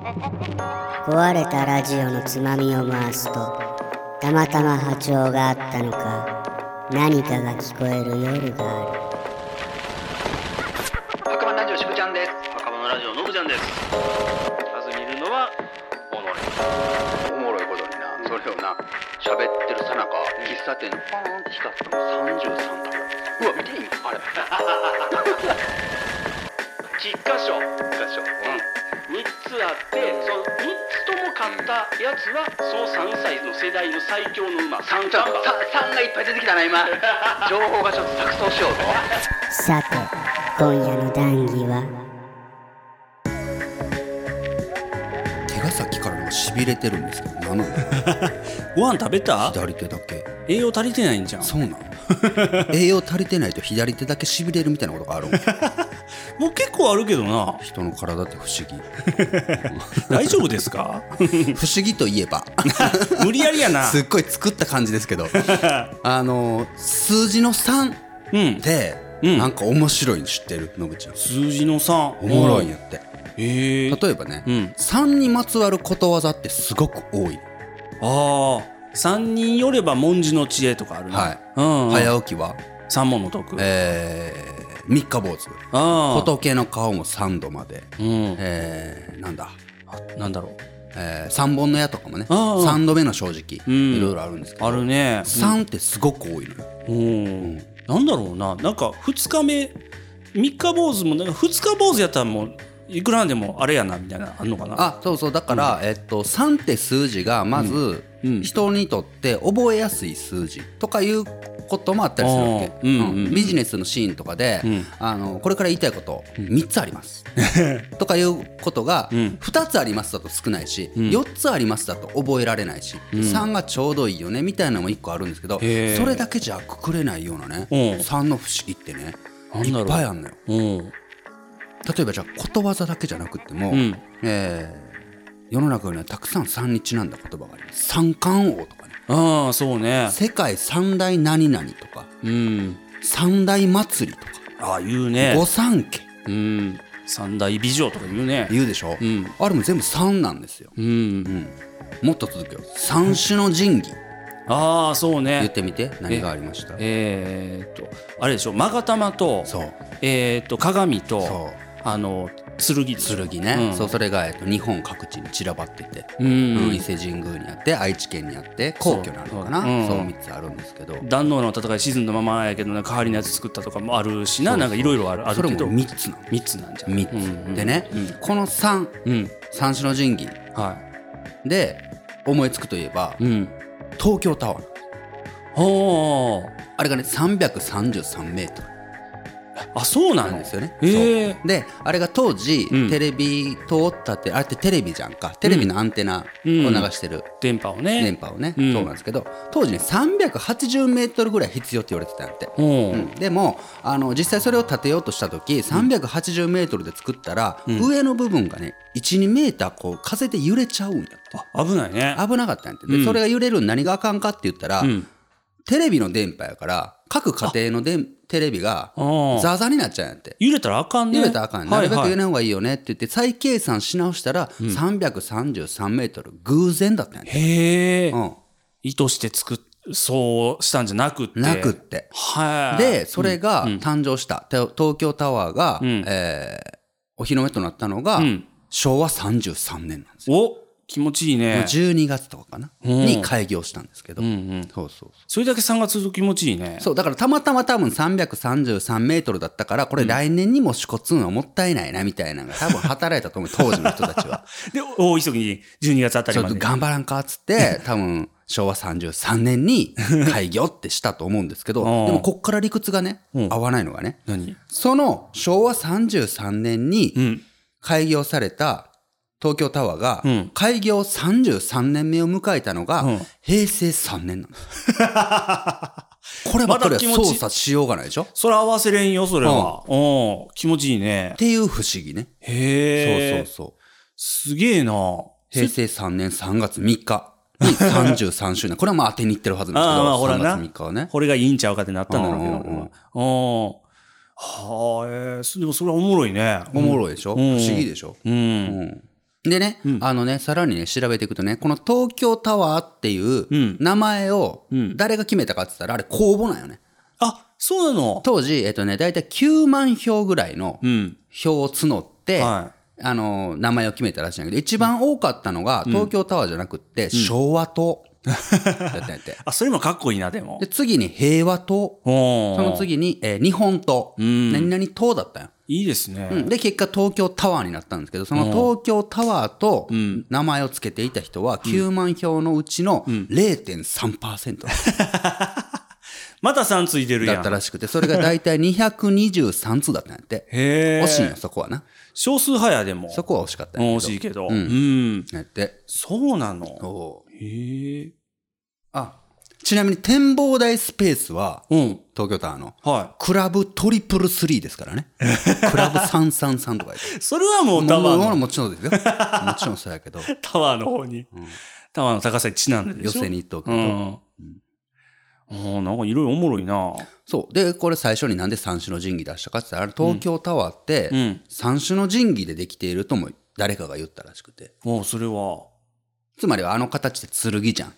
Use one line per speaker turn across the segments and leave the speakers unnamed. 壊れたラジオのつまみを回すとたまたま波長があったのか何かが聞こえる夜がある
赤羽ラジオしぶちゃんです赤羽ラジオのぶちゃんですまず見るのはおのれおもろいことにな、それをな喋ってるさなか喫茶店のパーンって光ったの33択うわ見ていいあれ
10箇所
一箇所
3つあってその3つとも買ったやつはその3歳の世代の最強の馬三
ちょっ
冠
と
馬
3がいっぱい出てきたな 今情報がちょっと錯綜しようぞ
さて今夜の談義は
手が先からなんかしびれてるんですけど なの
ご飯食べた
左手だけ
栄養足りてないんじゃん
そうなの 栄養足りてないと左手だけしびれるみたいなことがあるん
僕結構あるけどな
人の体って不思
大丈夫ですか
議 不思議といえば
無理やりやな
すっごい作った感じですけ どあのー数字の3
うん
って
うん
なんか面白いの知ってるのぶちゃん
数字の3
おもろいんやって
へえ
例えばね、
うん
3にまつわることわざってすごく多い、
ああ3人よれば文字の知恵とかあるな
はい
うんうん、
早起きは、
3問の得
えー、三日坊主
ああ
仏の顔も3度まで、
うん
えー、なんだ
なんだろ
えー、3本の矢とかもね
ああ
3度目の正直、
うん
いろいろあるんですけ
う
ど
あるね
3ってすごく多いのよ
うん、うんなんだろうななんか2日目3日坊主もなんか2日坊主やったらもういくらなんでもあれやなみたいなあんのかな
あそうそうだから、えっと、3って数字がまず、
うんうん
人にとって覚えやすい数字とかいうこともあったりするわけ
ああ、うんうんうん
ビジネスのシーンとかで、
うん
あのこれから言いたいこと3つあり ます、とかいうことが、
うん
2つありますだと少ないし、
ん
4つありますだと覚えられないし、3がちょうどいいよねみたいなのも1個あるんですけどそ
へえ
れだけじゃくくれないようなね、
うん
3の不思議ってね
なんだ
い
ろ
っ
う
ぱいあんのよ。
うん
例えばじゃあことわざだけじゃなくっても、
うん
えー世の中にはたくさん3にちなんだ言葉があります三冠王とかね
ああそうね
世界三大何々とか
うん
三大祭りとか、
ああ言うね
御三家
うん三大美女とか言うね
言うでしょ、
ん
あれも全部3なんですよ、
うん
もっと続くよ三種の神器
ああそう
言っ
ね
て みて何がありました
えー、っとあれでしょ勾玉と
そう
えー、っと鏡と
そう
あの剣でしょ
剣ね、
うん
そうそれが、えっと、日本各地に散らばってて、
う
うん伊
ん
勢神宮にあって愛知県にあって皇居なのかな
そ
そう,、
そうううん
3つあるんですけど
壇能の戦い沈んだままやけどなんか代わりのやつ作ったとかもあるしななんかいろいろあるあ
そ
る
れ
け
も
ど
3つなの
三つなんじゃん
3つ、でね、この3
うん
三種の神器
は
で思いつくといえば、
いうん
東京タワー
お
あれがね333メートル
あそうな
なんん
で
ですすよね、
へえ
そうであれが当時、
うん
テレビ塔ったってあれってテレビじゃんかテレビのアンテナを流してる
電波をね
電波をね、
うん
そうなんですけど当時ね380メートルぐらい必要って言われてたんやって、
お
うんでもあの実際それを建てようとした時380メートルで作ったら、上の部分がね12メーターこう風で揺れちゃうんやって
あ危ないね
危なかったんやって、で
うん
それが揺れるの何があかんかって言ったら、
うん
テレビの電波やから各家庭のでんテレビが
あー
ザーザーになっちゃうんやって。
揺れたらあかんね
揺れたらあかん、
は
ないるべく
は
揺れ
い
ない方がいいよねって言って再計算し直したら333メートル偶然だったんやて、
へえ
うん、
意図して作っそうしたんじゃなくって
なくって
はい
でそれが誕生した、て東京タワーが、えーお披露目となったのが、
ん
昭和33年なんですよ
お気持ちいいね
12月とかかな、
ん
に開業したんですけど、そうそうそう
それだけ3が続く気持ちいいね
そうだからたまたま多分333メートルだったからこれ来年にもしこつんはもったいないなみたいなのが多分 働いたと思う当時の人たちは
で大急ぎに12月あた
ちょ
り
っ
ま
と
で
頑張らんかっつ って多分昭和33年に開業ってしたと思うんですけどで
ん
もこっから理屈がね合わないのがね
何
その昭和33年
う
に
ん
開業された東京タワーが
うん
開業33年目を迎えたのが
うん
平成3年 なんです。こればっかりは操作しようがないでしょ
それ合わせれんよそれはうん気持ちいいね
っていう不思議ね。
へえ
そうそうそう。
すげえな
平成3年3月3日に33周年。これはまあ当てにいってるはずなんですけ
ああまあ
ど、
ほらな
3月3日はね。
これがいいんちゃうかってなったんだろうけど
うんうんうん
うんはあ、えー、でもそれはおもろいね。
おもろいでしょ、
うん
不思議でしょ、
う。
うんんでね、あのね、さらにね、調べていくとね、この東京タワーっていう
うん
名前を
ん
誰が決めたかって言ったら、あれ公募なんよね。
あ、そうなの。
当時、えっとね、大体9万票ぐらいの
うん。
票を募って、
は
あの、名前を決めたらしいんだけど、一番多かったのが東京タワーじゃなくって、昭和党だったんやって。
あ、それもかっこいいな、でも
で、。次に平和党。
おー
その次に、えー日本党。
ん
何々党だったんよ。
いいですね。
うんで結果東京タワーになったんですけどその東京タワーと名前を付けていた人は9万票のうちの0.3%
また3ついてるやん。
だったらしくてそれが大体223通だったんやって
へえ。
惜しいよそこはな
少数派や、でも。
そこは惜しかった
うん
んや
惜
けど
しいけど。う。
うんんやって
そうなの。
おう
へえ。
あちなみに展望台スペースは
うん。
東京タワーの
は
クラブトリプルスリーですから ねクラブ333とか言って
い。それはもうタ
も
ワ
も
ーの、
もちろんですよもちろんそうやけど
タワーの方に、タワーの高さにちなんでで
寄
しょ
せに行っとくけ
う
ど、
ん。うん、なんかいろいろおもろいな。
そう。で、これ最初になんで三種の神器出したかって言ったら、東京タワーって
うん、
三種の神器でできているとも誰かが言ったらしくて。
おうそれは。
つまりはあの形って剣じゃん。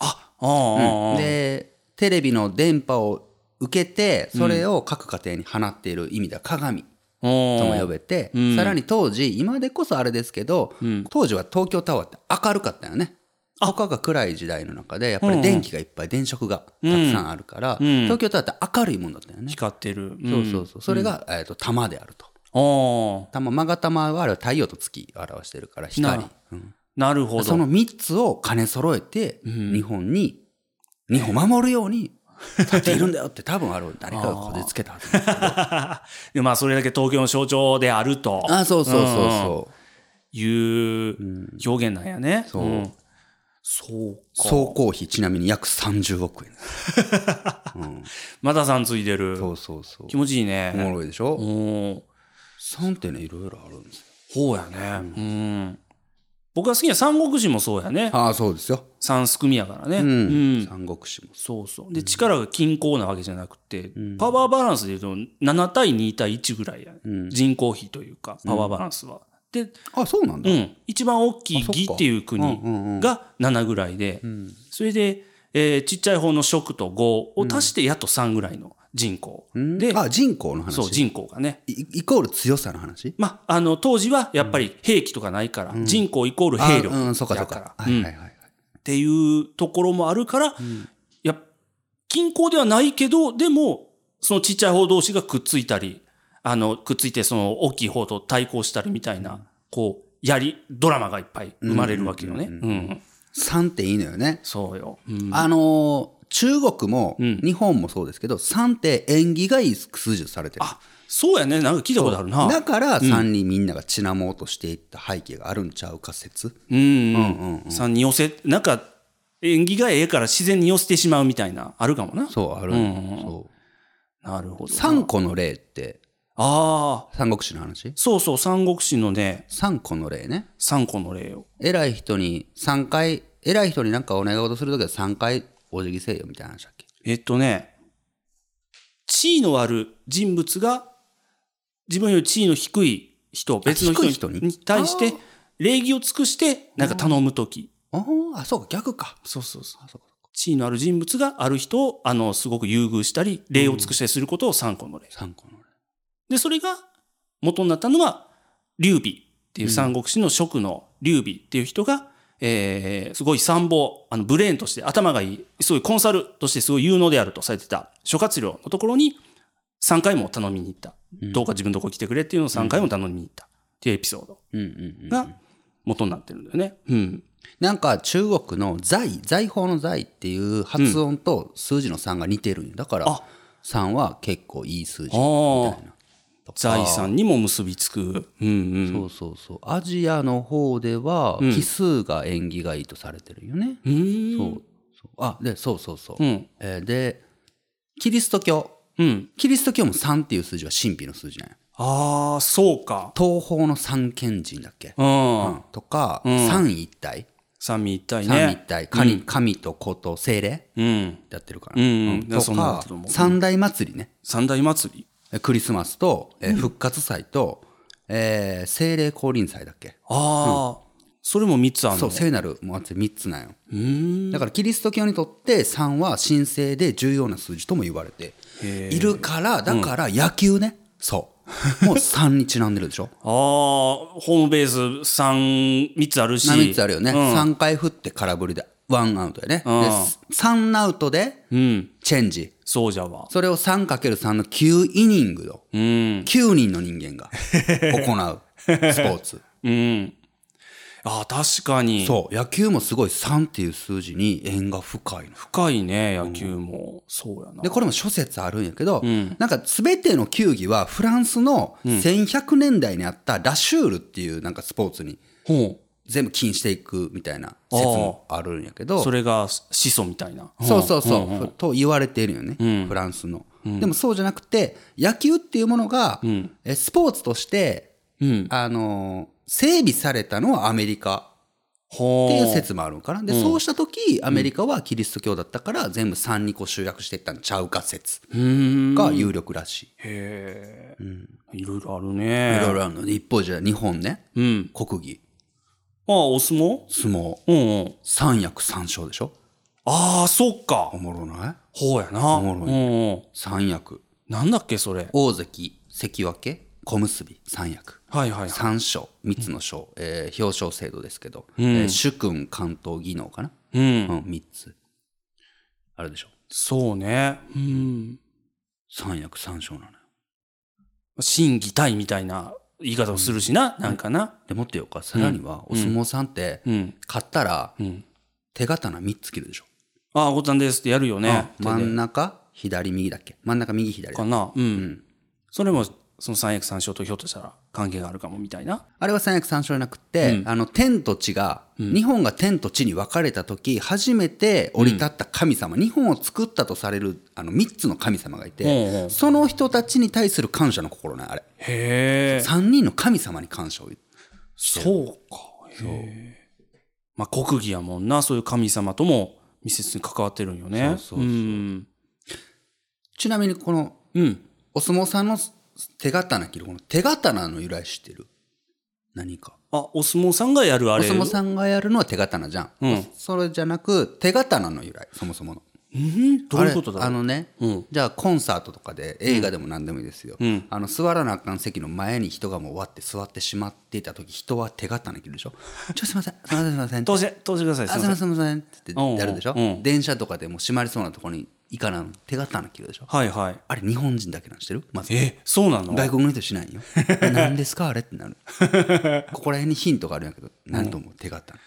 ああああ。
で、テレビの電波を受けて、それを各家庭に放っている意味では鏡
と
とも
も
呼べて、
ん
さらに当時、今でこそあれですけど、当時は東京タワーって明るかったよね。他が暗い時代の中で、やっぱり電気がいっぱい、電飾がたくさんあるから、
ん
東京タワーって明るいもんだったよね。
光ってる。
そうそうそう。それが、えっと、玉であると。
うん。ああ。
玉マガタマはあれは太陽と月を表してるから光
な、なるほど。
その3つを兼ね揃えて日本に、日本を守るように立っているんだよって多分あれを誰かがこじつけたはず
でまあそれだけ東京の象徴であると
あそうそうそうそう
いう表現なんやね。
そう
うんそうか。
総工費ちなみに約30億円です
まださんついてる。
そうそうそう
気持ちいい
おも
ね。
ろいでしょ、
お
ん、
お。
3ってねいろいろあるんですよ
ほうやね。うん。僕が好きな三国志もそうやね。
ああそうですよ、
三すくみやからね。
うん
うん
三国志も
そうそう。で、力が均衡なわけじゃなくて、パワーバランスでいうと7対2対1ぐらいやね、人口比というか、パワーバランスは。で、
あそうなんだ、
うん、一番大きい
あそっか
義っていう国が7ぐらいで、それで、えーちっちゃい方の食と5を足してやっと3ぐらいの人口、
うん
で
あ人口の話
そう人口がね、
イイコール強さの話
まあ、あの当時はやっぱり兵器とかないから、人口イコール兵力
あうんそうかそ
だ
う
か、
からはいはいはい、
っていうところもあるから、やっ均衡ではないけどでもそのちっちゃい方同士がくっついたりあのくっついてその大きい方と対抗したりみたいな、こうやりドラマがいっぱい生まれるわけよね。うん
3っていいのよね
そうよ。うん
あのー中国も
ん
日本もそうですけど、3って縁起がいい数字とされてる。
あそうやねなんか聞いたことあるな。
だから3にみんながちなもうとしていった背景があるんちゃうか説。
うんうん3に寄せなんか縁起がええから自然に寄せてしまうみたいなあるかもな。
そう、ある。そ
なるほど
う。
な。
3個の例って、
ああ
三国志の話
そうそう三国志のね
?3 個の例ね。
3個の例を。
偉い人に3回、偉い人になんかお願い事するときは3回お辞儀せえよみたいな話だっけ。
えっとね、地位のある人物が、自分より地位の低い人、別の
低い
人
人に
に対して、礼儀を尽くして、なんか頼むとき。
あーあ、そうか、逆か。
そうそうそう
あそうか
地位のある人物がある人を、あの、すごく優遇したり、礼を尽くしたりすることを三個の礼。
3個の例。
で、それが元になったのが、劉備っていう三国志の職の劉備っていう人が、えーすごい参謀、あのブレーンとして頭がいい、すごいコンサルとしてすごい有能であるとされてた諸葛亮のところに3回も頼みに行った。どうか自分のとこ来てくれっていうのを3回も頼みに行ったっていうエピソード
うんうんうん。
が元になってるんだよね。うん。
なんか中国の財、財宝の財っていう発音と数字の3が似てるんよだから
あ、
3は結構いい数字みたい
ああ
な。
財産にも結びつく。うんうん。
そうそうそう。アジアの方では、奇数が縁起がいいとされてるよね。
うん。
そうそう。あ、で、そうそうそう。
うん。
えーで、キリスト教。
うん。
キリスト教も3っていう数字は神秘の数字なんよ
ああ、そうか。
東方の三賢人だっけ、
うん。
とか、三位一体。
三位一体ね。
三位一体。神,、神と子と精霊
うん。
やってるから。
うんうん
と
そんなんだ
か
と思、う
三大祭りね。
三大祭り。
えクリスマスと、えー復活祭と、えー聖霊降臨祭だっけ
ああ、それも3つある
そ
の
う聖なる祭り3つなんよ
うーん
だからキリスト教にとって3は神聖で重要な数字とも言われているからだから野球ね、 そうもう3にちなんでるでしょ
ああホームベース3三つあるし
7つあるよね、
うん
3回振って空振りでワンアウトやね、
ん
で3アウトで
うん
チェンジ
そうじゃわ
それを 3×3 の9イニングを
うん
9人の人間が行うスポーツ
うんあー確かに
そう野球もすごい3っていう数字に縁が深いの
深いね野球も、そうやな
でこれも諸説あるんやけど、
ん
なんか全ての球技はフランスの1100年代にあったラシュールっていうなんかスポーツに
ほ
全部禁止していくみたいな説もあるんやけ
う
ど
それが始祖みたいな
そうそうそう、
んん
と言われているよね、
うん
フランスの、でもそうじゃなくて野球っていうものが、
ん
えスポーツとして、
うん
あのー整備されたのはアメリカ
ほ
って
う
いう説もあるのかなで、そうした時アメリカはキリスト教だったから全部3にこう集約していったんちゃうか説
うーん
が有力らしい、
へえ、いろいろあるね
いろいろあるので一方じゃあ日本ね
うん
国技
ああお相撲
相撲
うんうん
三役三勝でしょ
ああそっか
おもろない
ほうやな
おもろい
うんうん
三役
なんだっけそれ
大関関脇小結三役
はいはいはい
三賞三つの賞、えー表彰制度ですけど、
うん
えー主君関東技能かな、
うん
うん、三つあるでしょ
そうね。うん。
三役三賞なのよ
審議体みたいな言い方をするしな、なんかな。
でもってよかさらにはお相撲さんって、
うん。
買ったら
うん。
手刀3つ切るでしょ、
ああ、ごたんですってやるよね。手で
真ん中左右だっけ真ん中右左だ
かな。うん。それも、その三役三章とひょっとしたら関係があるかもみたいな。
あれは三役三勝じゃなくて、あの天と地が、日本が天と地に分かれた時初めて降り立った神様、日本を作ったとされるあの3つの神様がいて、
うんうん
その人たちに対する感謝の心ねあれ
へえ。
3人の神様に感謝を言う
そうか。へえ。まあ、国技やもんな。そういう神様とも密接に関わってるんよ
そ
ね。。
うそうそうんちなみにこの
うん。
お相撲さんの手刀切るこの手刀の由来知ってる何か
あ、お相撲さんがやるあ
お
れ。
相撲さんがやるのは手刀じゃん、
うん
それじゃなく手刀の由来そもそもの
うん。どういうことだ
あれ
ろう。
あのね、
うん
じゃあコンサートとかで映画でも何でもいいですよ、
ん
あの座らなあかん席の前に人がもう割って座ってしまっていた時人は手刀切るで しょ「ちょすいませんすいませんすいません」
通して、通してください。
あすいませんすいません」って
うんうん
やるでしょ、
うん
電車とかでも閉まりそうなところに行かない手刀切るでしょ
はいはい。
あれ日本人だけなんしてるまず
え、そうなの
外国の人し ないよ何ですかあれってなるここら辺にヒントがあるんやけど何と思う手刀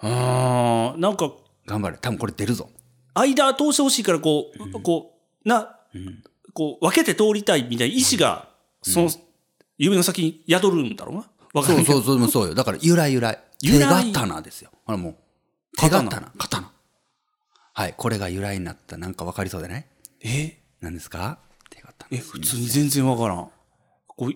あーなんか
頑張れ多分これ出るぞ
間通してほしいからこう、こうな、こう分けて通りたいみたいな意志がその、指の先に宿るんだろうな。わか
そ
る
うそうそう、そうよ。だから、由来由来。
由
手
来
刀ですよ。ほらもう。手
刀
刀。刀。はい。これが由来になった。なんかわかりそうでない
え
何ですか手刀
え普通に全然わからん。こう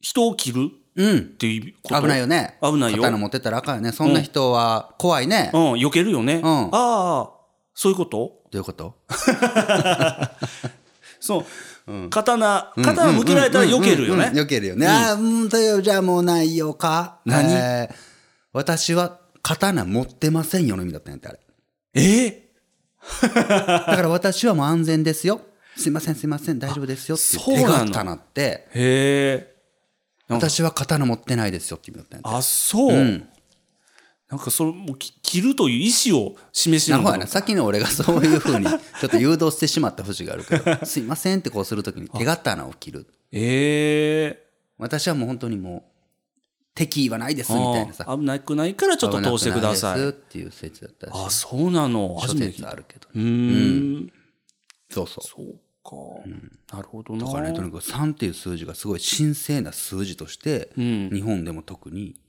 人を切る
うん
っ。ていうこと
危ないよ。ね。
危ないよ
刀持ってたらあかんよね。そんな人は怖いね。
う
ど
ん避けるよね。
ん
ああそういうこと
ういうこと
そう、刀刀向けられたら避けるよね。
避けるよね。ああ、うん、という、じゃあもう内容か。
何
えー私は刀持ってませんよの意味だったんやって、あれ。
え
だから私はもう安全ですよ。すいません、すいません、大丈夫ですよっていう手
そうなの
刀って。
ー、へえ。なんか
私は刀持ってないですよって意味だったんや
あそう。
うん
なんかそれもうき切るという意思を示して
な
る
ん
の
かや
かな
なさっきの俺がそういうふうにちょっと誘導してしまった節があるけ どすいませんってこうするときに手刀を切る
え
私はもう本当にもう敵意はないです
え
みたいなさ
危なくないからちょっと通してくださ
危
い
なくなですっていう説だったし
あそうなの
諸
初めて聞い
説
た
あるけど
うーん
そうそう
そうか、なるほどな
だからねとにかく3っていう数字がすごい神聖な数字として
うん
日本でも特に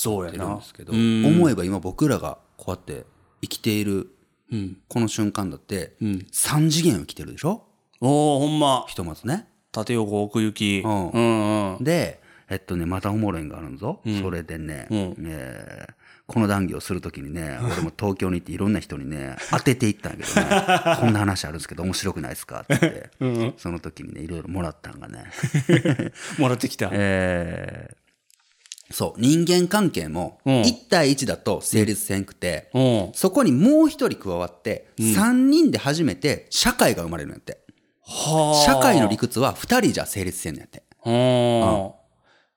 そうや
出るん
な
ですけど
うん
思えば今僕らがこうやって生きている
うん
この瞬間だって
ん
3次元を生きてるでしょ
おおほんま
ひとまずね
縦横奥行き、
うん
うんうん
でえっとね、またおもろいんがあるんぞ。
うん
それでね、
うん
えーこの談義をするときに ね、俺も東京に行っていろんな人にね、当てていったんやけどね、 こんな話あるんですけど面白くないですかって言って、その時にね、いろいろもらったんが ね、
もらってきた。
えーそう、人間関係も
うん
1対1だと成立せんくて、
うん。
そこにもう一人加わって、3人で初めて社会が生まれるんやって。
はあ。
社会の理屈は2人じゃ成立せんのやって。
うん。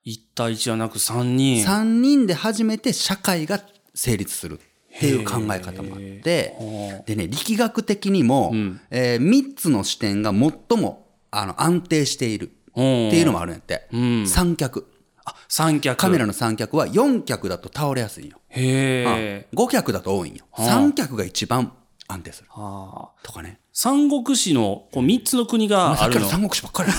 一対一じゃなく三人。
3人で初めて社会が成立するっていう考え方もあって
へ
でね力学的にも、え3つの視点が最もあの安定している
うん
っていうのもあるんやって、
ん
三脚
あ、三脚。
カメラの三脚は4脚だと倒れやすいんよ、
へえ。
5脚だと多いんよ
ん
3脚が一番安定する
はあ。
とかね
三国志のこう三つの国
まあ
が
さ
あ
っきから
るの。
三国志ばっ かり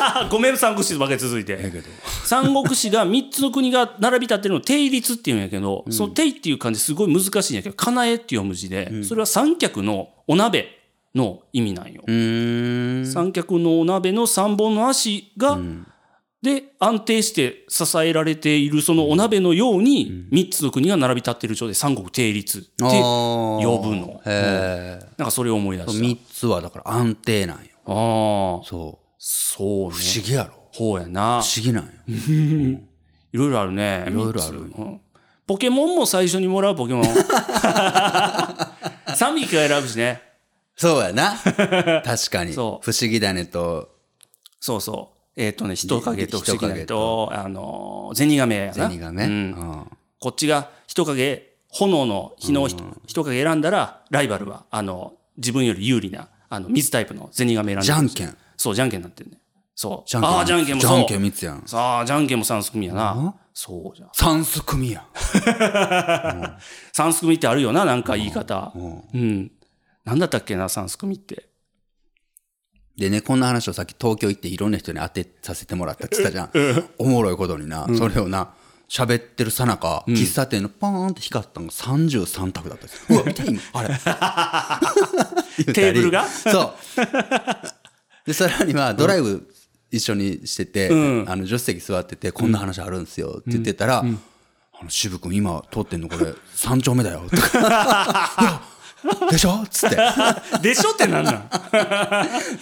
あごめん、三国志ばけ続いて。
やけど
三国志が三つの国が並び立ってるのを定律っていうんやけど、その定っていう漢字すごい難しいんやけど、かなえって読む字で、それは三脚のお鍋の意味なんよ。
うーん
三脚のお鍋の三本の足が、で安定して支えられているそのお鍋のように三つの国が並び立ってる状で三国定律って
あー
呼ぶの。
へえ
なんかそれを思い出した。
3つはだから安定なんよ
ああ、
そう
そうね。
不思議やろ
ほうやな
不。思議なんよ
いろいろあるね。
いろいろある
三つうんポケモンも最初にもらうポケモン。3匹が選ぶしね。
そうや な。確かに。不
そ
思議だねと、
そうそう。えっ、とね、人影と不思議
人
な
影
人、あのー、ゼニガメやな。
銭がね。
う
うんん
こっちが人影、炎の火の人影選んだら、ライバルは、あの、自分より有利な、あの、水タイプのゼニガメ選んだ。
じゃんけん。
そう、じゃんけんになってるね。そう。
じゃんけん。
ああ、じゃんけんも
じ
そう。
ゃんけん三つやん。
さあ、じゃんけんも三すくみやな。そうじゃん。
三す組やん。
三すくみってあるよな、なんか言い方。うん。なんだったっけな、三すくみって。
でね、こんな話をさっき東京行っていろんな人に当てさせてもらったって言ったじゃん。おもろいことにな、それをな、喋ってるさなか、喫茶店のポーンって光ったのが33択だったんですようわ、見て今、あれ。言ったり
テーブルが
そう。で、さらにはドライブ一緒にしてて、あの、助手席座ってて、こんな話あるんですよって言ってたら、あの、渋君今通ってんのこれ3丁目だよとか。ほらでしょっつって。
でしょってなんなん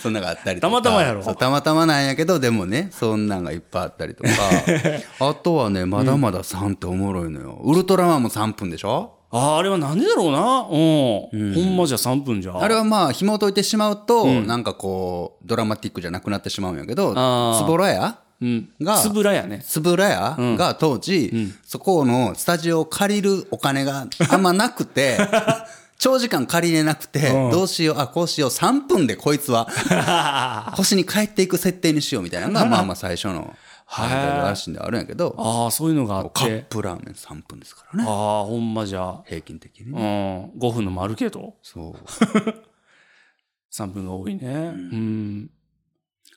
そんなのがあったりとか。
たまたまやろ
そうたまたまなんやけど、でもね、そんなんがいっぱいあったりとか。 あとはね、まだまだ3っておもろいのよ。ウルトラマンも3分でしょ
あーあれは何でだろうなうん、ほんまじゃ3分じゃ
あれはまあ、紐を解いてしまうと、なんかこう、ドラマティックじゃなくなってしまうんやけど、
あー
つぼらや
うん
が、
つぶらやね
つぶらやが当時、そこのスタジオを借りるお金があんまなく て、長時間借りれなくて、どうしよう、あ、こうしよう、3分でこい つは、星に帰っていく設定にしようみたいなのが、まあまあ最初の、
はい
あれらしいんであるんやけど、
ああそういうのがあっ
カッ
て
プラーメン3分ですから
あ
ね、
あほんまじゃ
平均的に
う
ね。
ん5分のもあるけど
そう。
3分が多いねうん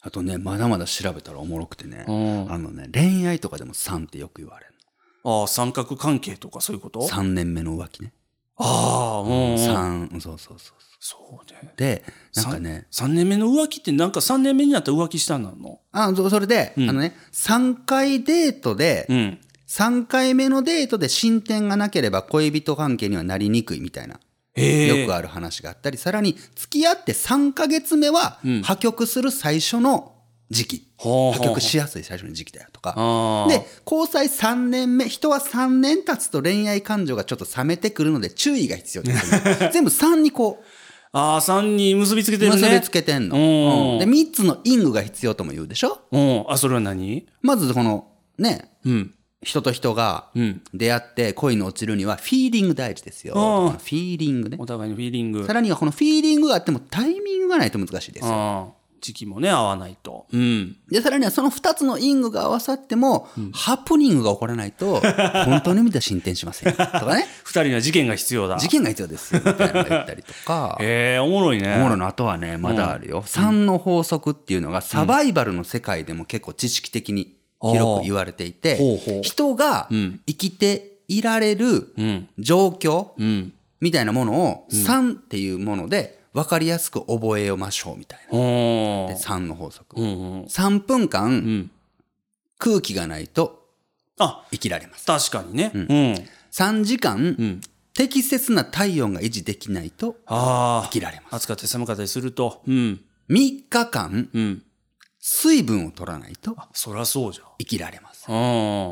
あとね、まだまだ調べたらおもろくてね、
うん
あのね、恋愛とかでも3ってよく言われる
ああ三角関係とかそういうこと
の。3年目の浮気ね。
ああうん
3、うんそうそうそう。
そうね
で、なんかね、
3年目の浮気ってなんか3年目になったら浮気したんなの
あそそれで、あのね3回デートで、
うん
3回目のデートで進展がなければ恋人関係にはなりにくいみたいな、
へえ
よくある話があったりさらに付き合って3ヶ月目は破局する最初の時期、
ほうほう
破局しやすい最初の時期だよとか。
ああ
で交際3年目人は3年経つと恋愛感情がちょっと冷めてくるので注意が必要です 全部3にこう
ああ3に結びつけてるね
結びつけてんの、
うん
うんで3つのイングが必要とも言うでしょ
うんあそれは何
まずこのね
うん
人と人が
うん
出会って恋に落ちるにはフィーリング大事ですよ。フ
うん
ィーリングね
お。互いのフィーリング
さらにはこのフィーリングがあってもタイミングがないと難しいですよ。
ああ時期もね合わないとうん
で、さらにはその2つのイングが合わさっても、ハプニングが起こらないと、本当の意味では進展しません。とか ね。
二人には事件が必要だ
事件が必要ですよ。みたいなのが言ったりとか。
ええおもろいね
おもろの後はね、まだあるよ。3の法則っていうのがサバイバルの世界でも結構知識的に広く言われていて
ほうほう、
人が生きていられる
うん
状況、
うん
みたいなものを3っていうもので分かりやすく覚えましょうみたい
お
な。
ー
で3の法則
う。んうん
3分間
ん
空気がないと
あ、
生きられます。
確かにね。うん。
3時間、
ん
適切な体温が維持できないと
ああ
生。きられます。
暑かったり寒かったりすると。うん。
3日間、
うん。
水分を取らないと
そりゃそうじゃん。
生きられます。
うん。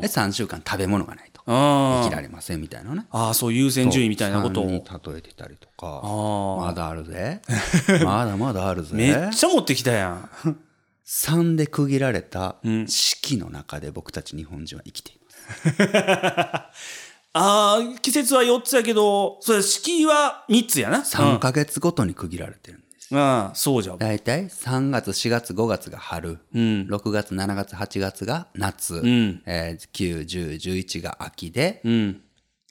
で、3週間食べ物がないと
あ
生
あ
きられませんみたいなね。
ああ、そう優先順位みたいなこと
3
を。
に例えてたりとか、
あ
まだあるぜ。 まだまだある
あ。め
ぜ
っ。ちゃ持ってきたやん。
3で区切られた
ん
四季の中で僕たち日本人は生きています。
ああ、季節は4つやけど、それ、敷居は3つやな。
3ヶ月ごとに区切られてるんです。
うん。ああ、そうじゃん。
大体3月、4月、5月が春、
うん。
6月、7月、8月が夏、
ん
えー9、10、11が秋で、
うん。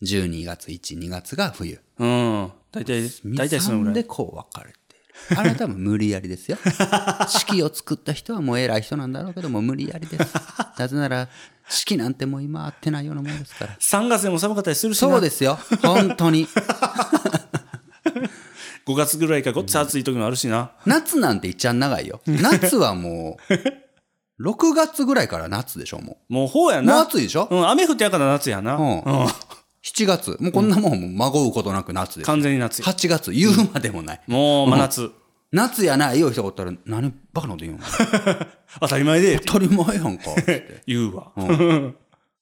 12月、1、2月が冬。
うん。大体、大体そのぐ
3
ら
で
い。
こう分かれている。あれは多分無理やりですよ。 四季を作った人はもう偉い人なんだろうけどもう無理やりです。なぜなら四季なんてもう今合ってないようなもんです から。
3月でも寒かったりするしな、
そうですよ。本当に。
5月ぐらいからごっつ暑い時もあるしな。
夏なんていっちゃん長いよ。夏はも う、6月ぐらいから夏でしょ、も
もうほうや
う。もう
な。
暑いでしょ、
うん、雨降ってやから夏やな。
うん
うん
?7 月。もうこんなもん、もうまごうことなく夏です。
完全に夏や。
8月、言うまでもない。
もう真夏。
夏やないよ、人がおったら、何バカなこと 言うの
当たり前で。
当たり前やん か。つって
言うわ。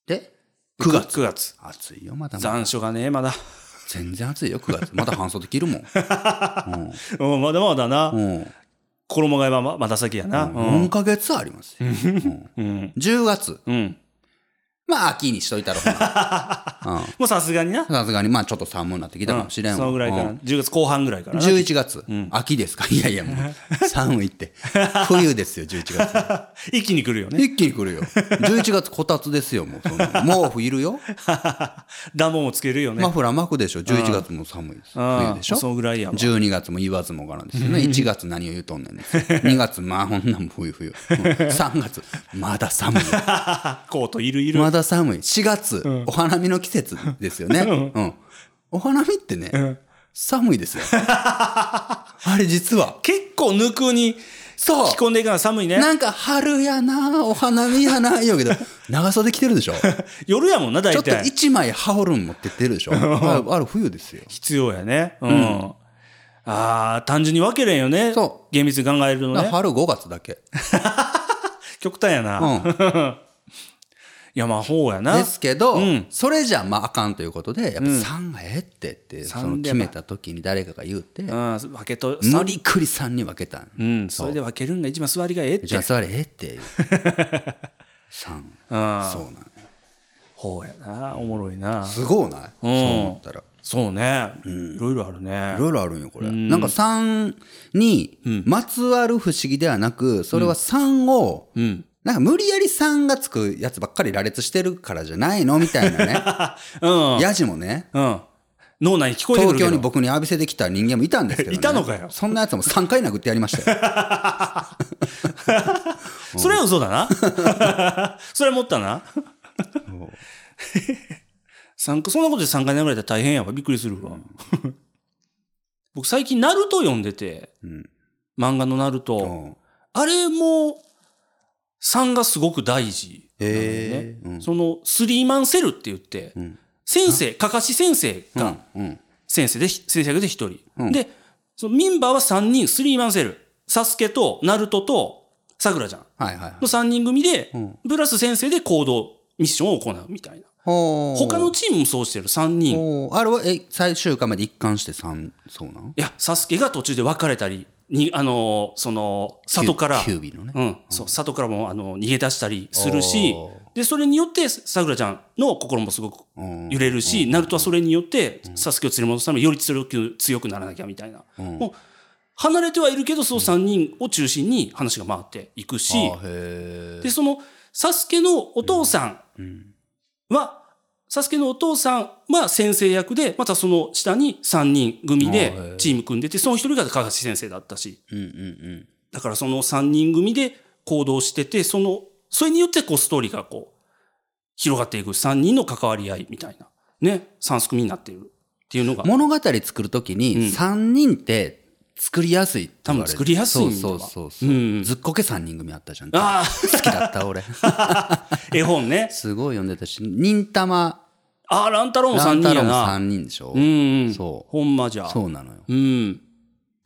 で、
9月。9月。
暑いよ、まだまだ。
残暑がね、まだ。
全然暑いよ、9月。まだ半袖着るもん。
うん、まだまだな。
うん。うん
衣替えはままだ先やな。うん
4ヶ月ありますよ。うん10月。
うん。
まあ、秋にしといたろう な。うん
もうさすがにな。
さすがに、まあ、ちょっと寒くなってきたかもしれんわ。
そのぐらいから。
うん
10月後半ぐらいからな。
11月、秋ですか いやいやも う寒いって冬ですよ11月
一気に来るよね。
一気に来るよ11月こたつですよもうその毛布いるよ、
暖房もつけるよ ね。
マフラー巻くでしょ11月も寒いです
うん
冬でしょ
そのぐらいやわ。
12月も言わずもがなですよね1月何を言うとんねんですよ 2月まあほんなんも冬冬、うん3月まだ寒い
コートいるいる。
まだ寒い4月、お花見の季節ですよね、うん、お花見ってね、寒いです よあれ実は
結構抜くに
そう
着込んでいくのは寒いね。
なんか春やなお花見やな言うけ ど長袖着てるでしょち
夜やもんな、大
ょっと
体。
一枚羽織るん持ってってるでし ょあれあれ冬ですよ
必要やね。うん。ああ、単純に分けれんよね。
そ
厳密に考えるの
だから
ね。
春5月だけ、
極端や
う
な。
ん、
いや、まあ、ほうやな。
ですけど、
うん
それじゃまああかんということでやっぱ3がええってって、その
三で
決
まあ
めた時に誰かが言うて、
うん、分けと、
無理くり3に分けたん、
うん、それで分けるんが一番座りがええって。
じゃあそれええって いう3そ
うん
うなんよ
ほうやな。おもろいな。
すごいない、そう思ったら
そうね。いろいろあるね
い。ろいろあるんよこれ、なんか3にまつわる不思議ではなくそれは3を、
うん。
なんか無理やり3がつくやつばっかり羅列してるからじゃないのみたいなね
うん。
ヤジもね
うん。脳内に聞こえて
東
くるけ
京
ど。
に僕に浴びせてきた人間もいたんですけど、ね、
いたのかよ
そんなやつも3回殴ってやりました よ
それは嘘だな。 それは持ったな。参加そんなことで3回殴られたら大変やわ。びっくりするわ。 僕最近、ナルト読んでて、
ん
漫画のナルト。
うん
あれも、3がすごく大事なのよね、
へーうん
その、スリーマンセルって言って、
ん
先生、かかし先生
う
が
んうん
先生で、先生役で1人。
うん
で、そのメンバーは3人、スリーマンセル。サスケと、ナルトと、さくらちゃん。
はいはいはい
の3人組で、
うん
プラス先生で行動、ミッションを行うみたいな。
ほう
他のチームもそうしてる、3人。
ほうあれはえ最終回まで一貫して3そうなの
いや、サスケが途中で別れたり、に、あのーその、里から、
キュービーのね、
うん、そう、里からも、あの、逃げ出したりするし
おー、
で、それによって、さくらちゃんの心もすごく
うん
揺れるし、ナルトはそれによって、サスケを連れ戻すためにより強く強くならなきゃみたいな。もう離れてはいるけど、その3人を中心に話が回っていくし、
あへ
で、その、サスケのお父さんは、サスケのお父さんは先生役で、またその下に3人組
あーへ
で
ー
チーム組んでて、その一人が高橋先生だったし、
えうんうん
だからその3人組で行動してて、その、それによってこうストーリーがこう、広がっていく3人の関わり合いみたいな、ね、3組になっているっていうのが
うん、物語作るときに3人って作りやすいって言われる
多分作りやすいんだ
そうそうそうそう、
うん
ずっこけ3人組あったじゃん
あ
好きだった 俺
あ、絵本ね。
すごい読んでたし忍たま
ああ、乱太郎も3
乱
人
太
や
郎も
な。
3人でしょ、
うん、うん。
そ
ほんまじゃ。
うそうなのよ
うん。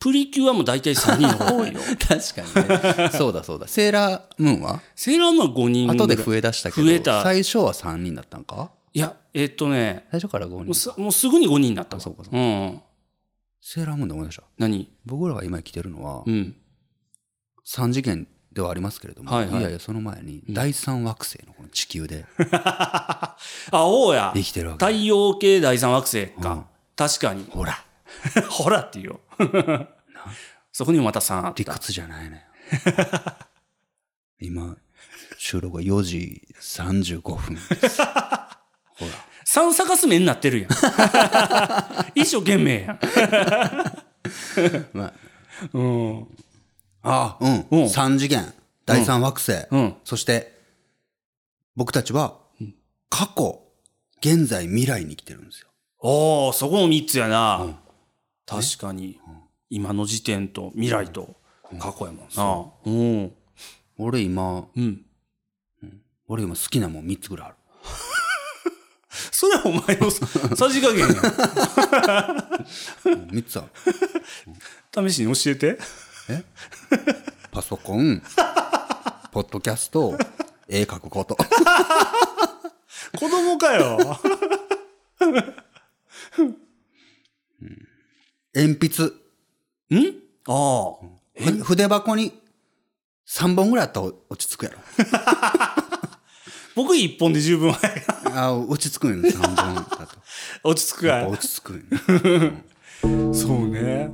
プリキュアも大体3人の方 が多いよ。
確かにね そうだそうだセーラームーンは
セーラームーンは5人ぐら
後
い
で増え出したけど
増えた
最初は3人だったんか
いや、えっとね、
最初から5
もう
人
すもうすぐに5人になった
あ
わ
そうかそう
うん。
セーラームーンで思い出した
何
僕らが今生きてるのは
うん。
3次元ではありますけれども、
はい
い
はい
やいやその前に第3惑星のこの地球で
あ、おうや。
生きてるわけ
太陽系第三惑星か。
うん
確かに。
ほら
ほらっていうよ。 そこにもまた3あった
理屈じゃないのよ 今収録が4時35分ですほら
3探す目になってる やん。一生懸命やん。
まあ
うん。
ああうん、
うん
3次元第3惑星、
うん。
そして僕たちは過去現在未来に生きてるんですよ
おお、そこも3つやな。確かに、今の時点と未来と過去やもんな。うん。
俺今
うん。
俺今好きなもん3つぐらいある
それはお前 のさじ加減
うん
や。
3つある
試しに教えて。
パソコ ンポッドキャスト絵描くこと
子供か よ。
鉛筆
んああ。
ふ筆箱に3本ぐらいあったら落ち着くやろ
僕一本で十分
あー落ち着くんよね3本だ と
落ち着く
やっぱ
かい
落ち着くんよね
そうね。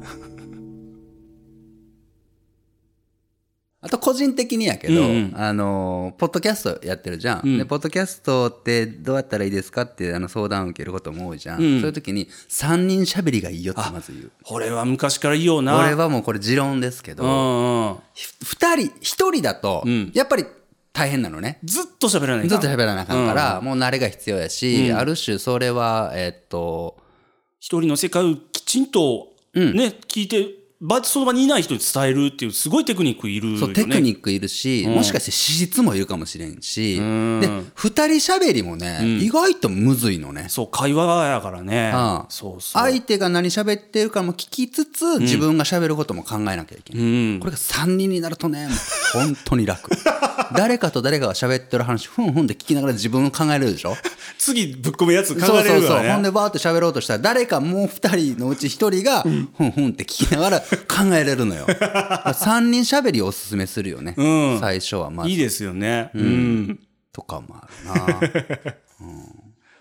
あと個人的にやけど、
うんうん
あのーポッドキャストやってるじゃん、
ん
でポッドキャストってどうやったらいいですかってあの相談を受けることも多いじゃん、
うん
そういう時に3人しゃべりがいいよってまず言う
これは昔からいいよな。
俺はもうこれ持論ですけ
う
ど、
んうん。
二人1人だと
うん
やっぱり大変なのね、
ずっと喋らない
ず
か
っと喋らなあかんから、もう慣れが必要やし、
うん
ある種それはえっと
一人の世界をきちんと、
うん
ね、聞いて、ばその場にいない人に伝えるっていう、すごいテクニックいるよ、ね。
そうテクニックいるし、
うん
もしかして資質もいるかもしれんし、
うん
で2人しゃべりもね、意外とむずいのね
そう、会話やからね。
うん
そうそう。
相手が何喋ってるかも聞きつつ、自分が喋ることも考えなきゃいけない、
うん
こ。れが3人になるとねもう本当に楽 誰かと誰かが喋ってる話ふんふんって聞きながら自分を考えれるでしょ
次、ぶっ込むやつ 考
そう
えれ
そう
るか
そうほ
ら
ん
ね。
でバーって喋ろうとしたら誰かもう2人のうち1人がふんふんって聞きながら考えれる のよ3人喋りをおすすめするよね、
うん
最初はまあ
いいですよね。うん。
とかもあ るな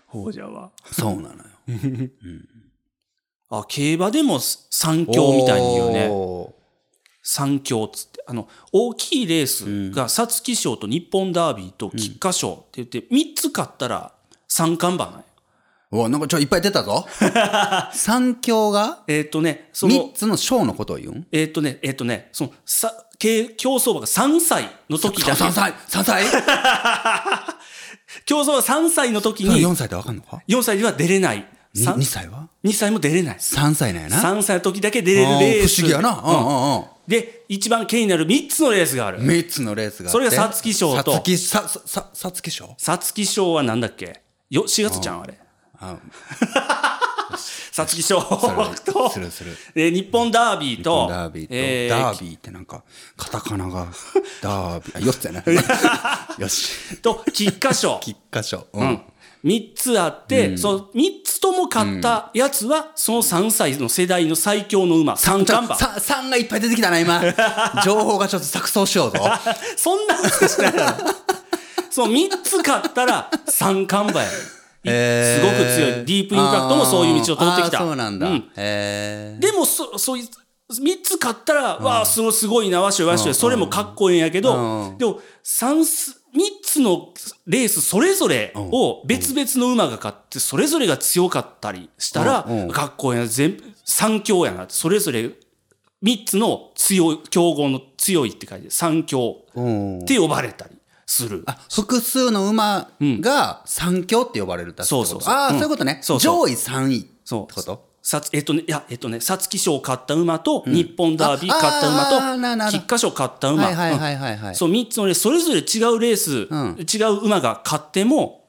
ほうじゃは。
そうなのよ
あ、競馬でもす三強みたいに言うね。
お
三強っつって。あの、大きいレースが、皐月賞と日本ダービーと菊花賞って言って、三つ買ったら三冠馬なんよ
ーおなんかちょいっぱい出た ぞ三強が
えっ、とね、その
3、つの賞のことを言うん
えっ、とね、えっ、とね、その、さ、競競走馬が3歳の時だけ。
3歳 ?3 歳
競走馬3歳の時に、
4歳ってわかんのか
4歳では出れない。
に
2,
2歳は
歳も出れない。
3歳なんやな
3歳の時だけ出れる
あ
レ
ー
ー
不
ス。
思議やなうんうんうん
で、一番気になる3つのレースがある。
3つのレースがあって
それが皐月賞と
皐月さささ皐月賞
皐月賞はなんだっけよ ?4 月じゃん、あれ。
あ
皐月賞
する
と
す、るする
えー日本ダービーと、
ダービーと、
えー
ダービーってなんかカタカナがダービーあ4つやな よし
と、菊 花賞。
菊花賞う
うんん、3つあって、その3つとも買ったやつは、その3歳の世代の最強の馬、三
ちょ
冠馬。
さ3がいっぱい出てきたな 今情報がちょっと錯綜しようぞ
そんな難しくないだろ その3つ買ったら三冠馬や。
へー
すごく強い。ディープインパクトもそういう道を通ってきた。
あーそうなんだ
う
へえ
でもそ、そういう、3つ買ったら、わあ、すごい、すごいな、わしょわしょ、それもかっこええんやけ
う
ど
ん、
でも、三す3つのレースそれぞれを別々の馬が勝って、それぞれが強かったりしたら
うんうん、
かっこええな、全部、三強やな、それぞれ3つの強い、強豪の強いって書いて、三強
うん
って呼ばれたりする。
あ複数の馬が三強って呼ばれるだってこと
そうそうそう
ああ、
うん
そういうことね。
そうそう
上位三位って
そう
こと
さつえっとね、いや、えっとね、皐月賞を買った馬と、日本ダービー買った馬
ああーなな
と、菊花賞買った馬、
はいはいはいはいは
うん
い。
そう、3つのレース、それぞれ違うレース、
ん
違う馬が勝っても、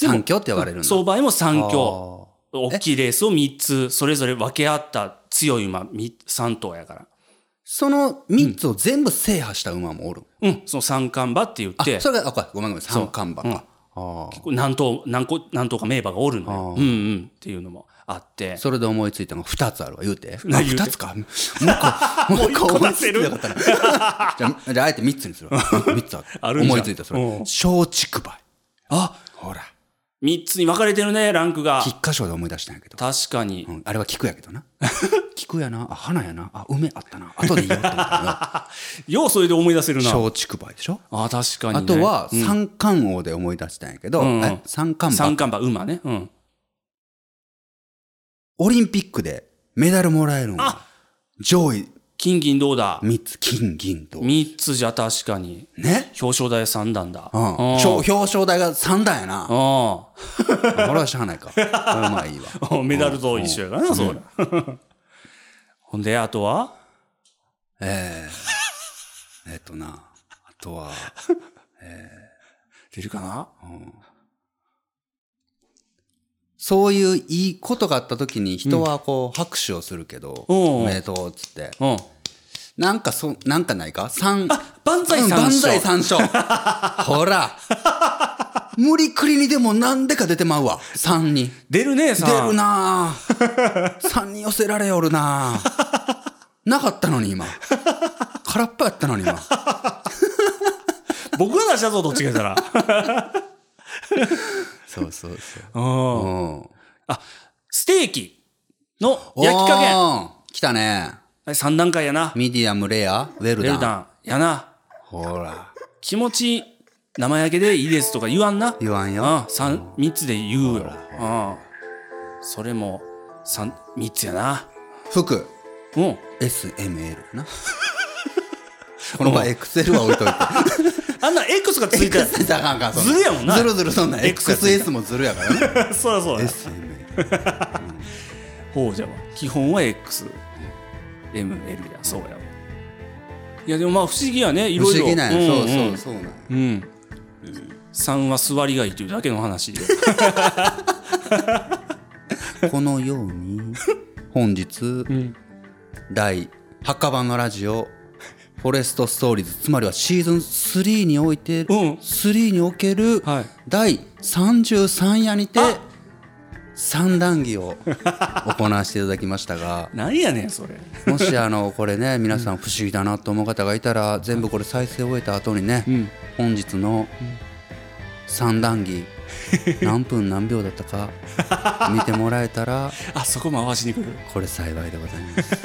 でも
三強って呼ばれるんだ。
相場でも
あー、
3強。大きいレースを3つ、それぞれ分け合った強い馬3頭やから。
その三つを全部制覇した馬もおる。
うん、その三冠馬って言っ
あ、
て、
それが、あ、これごめんごめん、
そう
三冠馬か。あー
何頭、何個、何頭か名馬がおるのよ。
あ
うんうんっていうのもあって。
それで思いついたのが二つあるわ、言うて。あ、
何言うて
二つか。もう一個、もう一 個思いついてなかったな。じゃあ、じゃあ、あえて三つにするわ。三つある。
あるんじゃん
思いついた、それ
う。ん
松竹梅。
あ、
ほら、
3つに分かれてるね、ランクが。
菊花賞で思い出したんやけど。
確かに
う。ん、あれは菊やけどな。 菊やな、あ、花やな、あ、梅あったな、後でいいよって思った のが
ようそれで思い出せるな。
松竹梅でしょ
あ、確かに、ね。
あとは、三冠王で思い出したんやけど、
うんうん
え三冠馬
三冠馬、馬ね。うん。
オリンピックでメダルもらえるんは
あ
上位
金銀銅だ。
3つ、金、銀、銅。
3つじゃ確かに。
ね
表彰台3段だ。
うん、
うん
表表彰台が3段やな。こ
あ
れはしゃあ ないか。これはまあいいわ。
あ。 メダルと一緒やからな、そうだ。 ほんで、あとは
えー、えっとな、あとは、
出るかな
そういういいことがあった時に人はこう拍手をするけど、
うん
おめでとうっつって。
うん。
なんかそ、なんかないか三、
万歳
うん
三
万
章
歳三章。 ほら。無理くりにでもなんでか出てまうわ。三に。
出るね、
出るな
な。
ぁ三に寄せられおる なぁなかったのに今。空っぽやったのに今。
僕が出したぞ、どっちか言った ら。
そうそうそう。
うん
うん。
ステーキの焼き加減。
減来たね。
3段階やな。
ミディアムレア、ウェル
ウ
ダン。
ェルダン。やな。
ほら。
気持ち、生焼けでいいですとか言わんな。
言わん
あ
よ。
三三つで言うよ。あそれも三三つやな。
服、
うん。
SML な。 この場合、XL は置 いといて。
あんな X がついてる。
X ってあかんか、そん
ずるやもんな
ずるずるそんな。
X がついて
XS もずるやからね。
そうだそうだ。
SML。
ほうじゃわ。基本は X、M、L や。そうやわ。いやでもまあ不思議やね。い
不
ろい
思
ろ。
議なんや。そうそうそ
うんうん
うなんや。
うん。三は座りがいいというだけの話。
このように本日、第墓場のラジオフォレストストーリーズつまりはシーズン3において、
うん
3における
はい
第33夜にて
あ
三段着を行わせていただきましたが
何やねんそれ。
もしあのこれね皆さん不思議だなと思う方がいたら全部これ再生終えた後にね、
ん
本日の三段着何分何秒だったか見てもらえたら
あそこ回しに来る。
これ幸いでございます。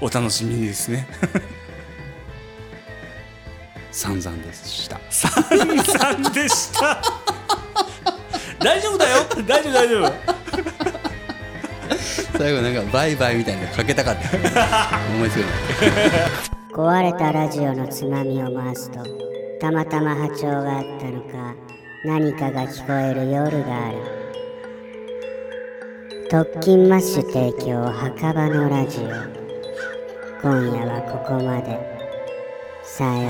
お楽しみにですね。
散々でした。
さんでした。 大丈夫だよ。大丈夫大丈夫。
最後なんかバイバイみたいなのかけたかった。思いつくの。
壊れたラジオのつまみを回すとたまたま波長があったのか何かが聞こえる夜がある特勤マッシュ提供墓場のラジオ今夜はここまでさようなら